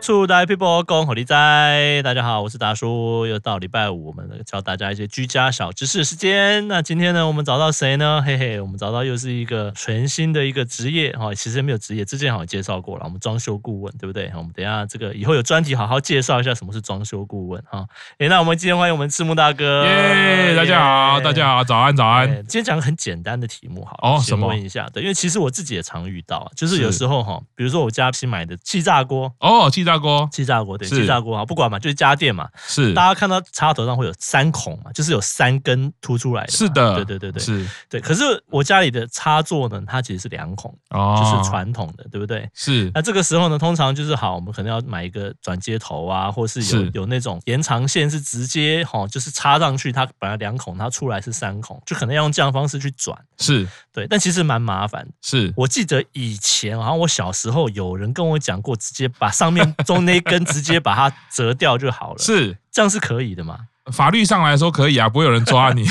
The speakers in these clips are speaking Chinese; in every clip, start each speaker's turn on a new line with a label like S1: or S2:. S1: 出来，people 恭候你在。大家好，我是达叔，又到礼拜五，我们教大家一些居家小知识时间。那今天呢，我们找到谁呢？嘿嘿，我们找到又是一个全新的一个职业哈、哦，其实没有职业，之前好像介绍过了，我们装修顾问，对不对？好我们等一下这个以后有专题好好介绍一下什么是装修顾问哈。诶、那我们今天欢迎我们赤木大哥，
S2: 耶！大家好，
S1: 耶
S2: 大家好，早安，早安。
S1: 对今天讲个很简单的题目好了，
S2: 哦
S1: 先
S2: 什么
S1: 问一下，对，因为其实我自己也常遇到，就是
S2: 是
S1: 有时候哈，比如说我家新买的气炸锅，
S2: 哦，气炸锅
S1: 气炸锅对，
S2: 是
S1: 气炸锅啊，不管嘛，就是家电嘛，
S2: 是
S1: 大家看到插头上会有三孔嘛，就是有三根凸出来的嘛，
S2: 是的，
S1: 对对对对
S2: 是
S1: 对。可是我家里的插座呢，它其实是两孔，
S2: 哦
S1: 就是传统的，对不对？
S2: 是
S1: 那这个时候呢，通常就是好，我们可能要买一个转接头啊，或是有
S2: 是
S1: 有那种延长线是直接哈、哦，就是插上去，它本来两孔，它出来是三孔，就可能要用这样的方式去转。
S2: 是
S1: 对，但其实蛮麻烦的。
S2: 是
S1: 我记得以前好像我小时候有人跟我讲过，直接把上面中那一根直接把它折掉就好了，
S2: 是，
S1: 这样是可以的吗？
S2: 法律上来说可以啊，不会有人 抓你。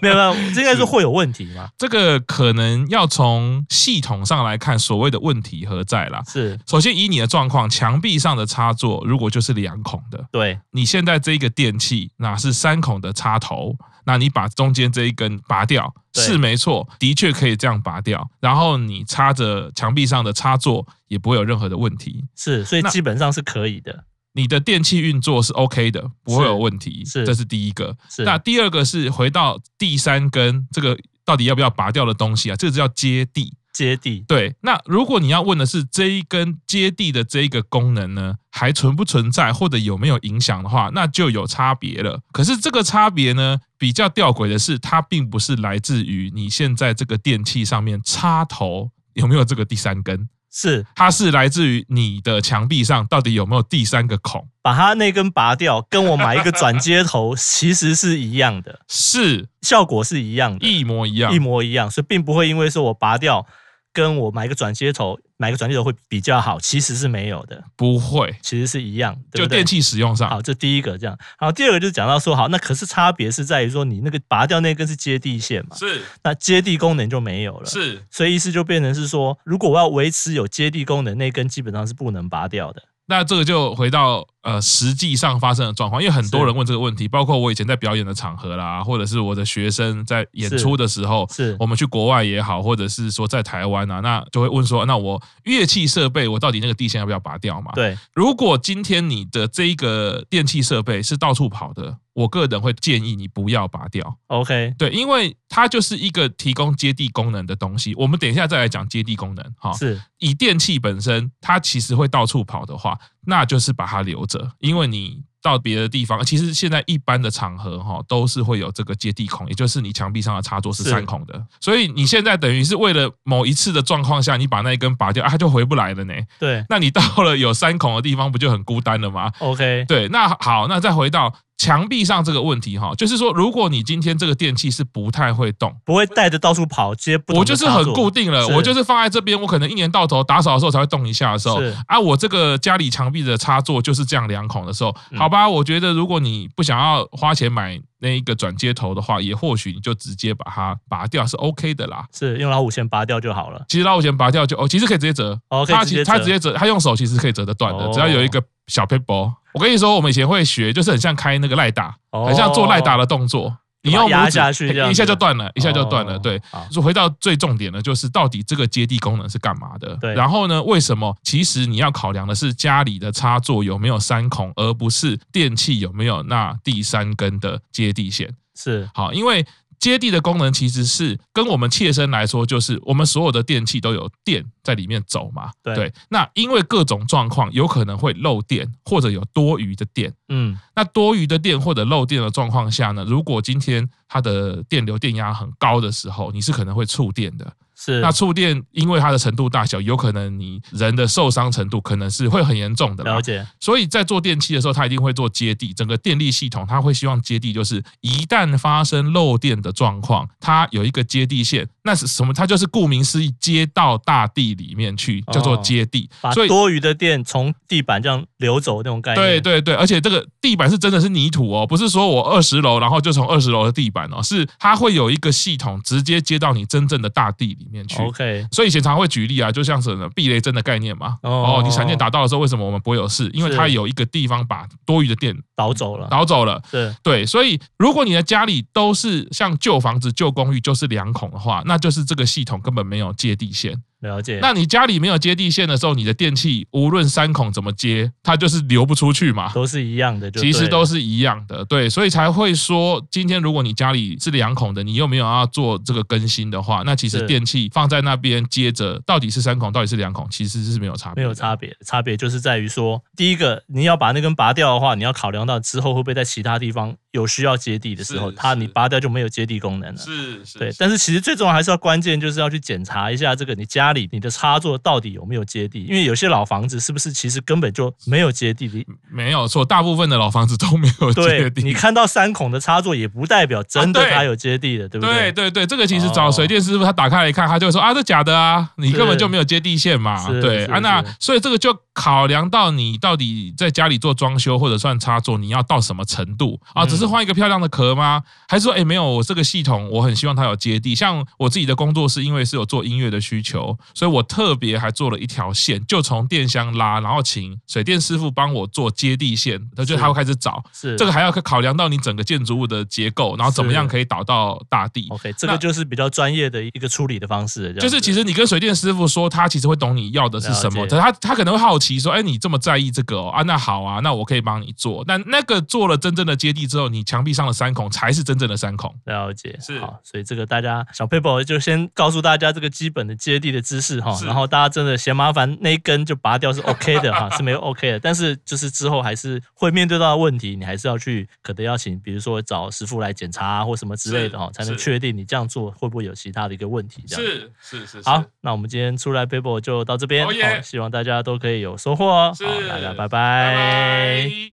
S1: 没有没有，这应该是会有问题吗？
S2: 这个可能要从系统上来看，所谓的问题何在啦。
S1: 是
S2: 首先，以你的状况，墙壁上的插座如果就是两孔的，
S1: 对，
S2: 你现在这一个电器，那是三孔的插头，那你把中间这一根拔掉，
S1: 对
S2: 是没错，的确可以这样拔掉。然后你插着墙壁上的插座，也不会有任何的问题。
S1: 是，所以
S2: 那
S1: 基本上是可以的。
S2: 你的电器运作是 OK 的，不会有问题，
S1: 是
S2: 这是第一个。
S1: 是
S2: 那第二个是回到第三根这个到底要不要拔掉的东西啊？这个叫接地。
S1: 接地
S2: 对，那如果你要问的是这一根接地的这一个功能呢，还存不存在或者有没有影响的话，那就有差别了。可是这个差别呢，比较吊诡的是，它并不是来自于你现在这个电器上面插头有没有这个第三根，
S1: 是
S2: 它是来自于你的墙壁上到底有没有第三个孔。
S1: 把它那根拔掉，跟我买一个转接头其实是一样的，
S2: 是
S1: 效果是一样的，
S2: 一模一样
S1: 一，模一样，所以并不会因为说我拔掉，跟我买一个转接头，买一个转接头会比较好，其实是没有的，
S2: 不会。
S1: 其实是一样，对
S2: 就
S1: 不对
S2: 电器使用上，
S1: 啊好，这第一个这样，然后第二个就是讲到说，好，那可是差别是在于说，你那个拔掉那根是接地线嘛，
S2: 是
S1: 那接地功能就没有了。，
S2: 是，
S1: 所以意思就变成是说，如果我要维持有接地功能，那根基本上是不能拔掉的。
S2: 那这个就回到呃实际上发生的状况，因为很多
S1: 是
S2: 人问这个问题，包括我以前在表演的场合啦，或者是我的学生在演出的时候，
S1: 是
S2: 我们去国外也好，或者是说在台湾啊，那就会问说，那我乐器设备我到底那个地线要不要拔掉嘛？
S1: 对，
S2: 如果今天你的这一个电器设备是到处跑的，我个人会建议你不要拔掉。
S1: ，OK，
S2: 对，因为它就是一个提供接地功能的东西。我们等一下再来讲接地功能哈。
S1: 是
S2: 以电器本身，它其实会到处跑的话，那就是把它留着，因为你到别的地方，其实现在一般的场合哈，都是会有这个接地孔，也就是你墙壁上的插座是
S1: 是
S2: 三孔的，所以你现在等于是为了某一次的状况下，你把那一根拔掉，啊，它就回不来了呢。
S1: 对
S2: 那你到了有三孔的地方，不就很孤单了吗？
S1: ，OK，
S2: 对，那好，那再回到墙壁上这个问题哈，就是说，如果你今天这个电器是不太会动，
S1: 不会带着到处跑，接不同
S2: 我
S1: 的
S2: 就是
S1: 插
S2: 很
S1: 座
S2: 固定了，
S1: 是
S2: 我就是放在这边，我可能一年到头打扫的时候才会动一下的时候
S1: 是，
S2: 啊，我这个家里墙壁的插座就是这样两孔的时候，
S1: 嗯
S2: 好吧，我觉得如果你不想要花钱买那一个转接头的话，也或许你就直接把它拔掉是 OK 的啦。
S1: 是用老虎钳拔掉就好了。
S2: 其实老虎钳拔掉就哦，其实可以直接折，
S1: 哦可以
S2: 它
S1: 直
S2: 其
S1: 接
S2: 实
S1: 折
S2: 它直接折，它用手其实可以折得断的，
S1: 哦
S2: 只要有一个小 p a p e 我跟你说，我们以前会学，就是很像开那个赖打，
S1: 哦
S2: 很像做赖打的动作。你用
S1: 把它压
S2: 拇指
S1: 下去这样子
S2: 一下就断了，一下就断了。
S1: 哦
S2: 对
S1: 好，
S2: 就回到最重点了，就是到底这个接地功能是干嘛的？
S1: 对
S2: 然后呢，为什么其实你要考量的是家里的插座有没有三孔，而不是电器有没有那第三根的接地线？
S1: 是
S2: 好，因为接地的功能其实是跟我们切身来说，就是我们所有的电器都有电在里面走嘛。
S1: 对
S2: 那因为各种状况有可能会漏电，或者有多余的电。
S1: 嗯，
S2: 那多余的电或者漏电的状况下呢，如果今天它的电流电压很高的时候，你是可能会触电的。
S1: 是
S2: 那触电因为它的程度大小，有可能你人的受伤程度可能是会很严重的啦。
S1: 了解，
S2: 所以在做电器的时候，它一定会做接地，整个电力系统它会希望接地，就是一旦发生漏电的状况，它有一个接地线，那是什么？它就是顾名思义，接到大地里面去，叫做
S1: 哦
S2: 接地。
S1: 把
S2: 所以
S1: 多余的电从地板这样流走那种概念。
S2: 对对对，而且这个地板是真的是泥土哦，不是说我二十楼，然后就从二十楼的地板哦，是它会有一个系统直接接到你真正的大地里面去。
S1: ，OK，
S2: 所以以前常会举例啊，就像是避雷针的概念嘛。
S1: 哦
S2: 哦，你闪电打到的时候，为什么我们不会有事？因为
S1: 是
S2: 它有一个地方把多余的电
S1: 倒走了，
S2: 导走了。
S1: 对，
S2: 对，所以如果你的家里都是像旧房子、旧公寓，就是两孔的话，那就是这个系统根本没有接地线。
S1: 了解。
S2: 那你家里没有接地线的时候，你的电器无论三孔怎么接，它就是流不出去嘛。
S1: 都是一样的就对
S2: 其
S1: 了，
S2: 实都是一样的，对，所以才会说，今天如果你家里是两孔的，你又没有要做这个更新的话，那其
S1: 是
S2: 实电器放在那边接着，到底是三孔，到底是两孔，其实是没有差别，
S1: 没有差。别，差别就是在于说，第一个你要把那根拔掉的话，你要考量到之后会不会在其他地方有需要接地的时候，
S2: 是
S1: 它
S2: 是
S1: 你拔掉就没有接地功能了。
S2: 是是
S1: 对，但是其实最重要还是要关键，就是要去检查一下这个你家里你的插座到底有没有接地，因为有些老房子是不是其实根本就没有接地 的。
S2: 没有错，大部分的老房子都没有接
S1: 对
S2: 地。
S1: 你看到三孔的插座，也不代表真的
S2: 啊对啊
S1: 它有接地的，对不对？
S2: 对对对，这个其实
S1: 哦
S2: 找水电师傅，他打开来看，他就会说啊，这假的啊，你根本就没有接地线嘛
S1: 是。
S2: 对
S1: 是
S2: 啊，那
S1: 是
S2: 所以这个就考量到你到底在家里做装修或者算插座，你要到什么程度啊？
S1: 嗯
S2: 只是换一个漂亮的壳吗？还是说，哎，没有，我这个系统我很希望它有接地。像我自己的工作室，因为是有做音乐的需求，所以我特别还做了一条线，就从电箱拉，然后请水电师傅帮我做接地线，他就是他会开始找。
S1: 是
S2: 这个还要考量到你整个建筑物的结构，然后怎么
S1: 是
S2: 样可以导到大地。
S1: OK，这个
S2: 那
S1: 就是比较专业的一个处理的方哦式了，这样
S2: 就
S1: 子
S2: 是其实你跟水电师傅说，他其实会懂你要的是什么，
S1: 了解
S2: 可是他他可能会好奇说，哎，你这么在意这个哦啊，那好啊，那我可以帮你做。但那个做了真正的接地之后，你墙壁上的三孔才是真正的三孔。
S1: 了解，
S2: 是
S1: 好，所以这个大家小 paper 就先告诉大家这个基本的接地的知识哈，
S2: 是
S1: 然后大家真的嫌麻烦那一根就拔掉是 OK 的哈，是没有 OK 的，但是就是之后还是会面对到的问题，你还是要去可能要请，比如说找师傅来检查、啊或什么之类的哈，
S2: 是
S1: 才能
S2: 是
S1: 确定你这样做会不会有其他的一个问题。这样
S2: 是是
S1: 好，那我们今天出来 paper 就到这边，
S2: 哦耶
S1: 好希望大家都可以有收获哦，
S2: 是
S1: 好，大家拜
S2: 拜。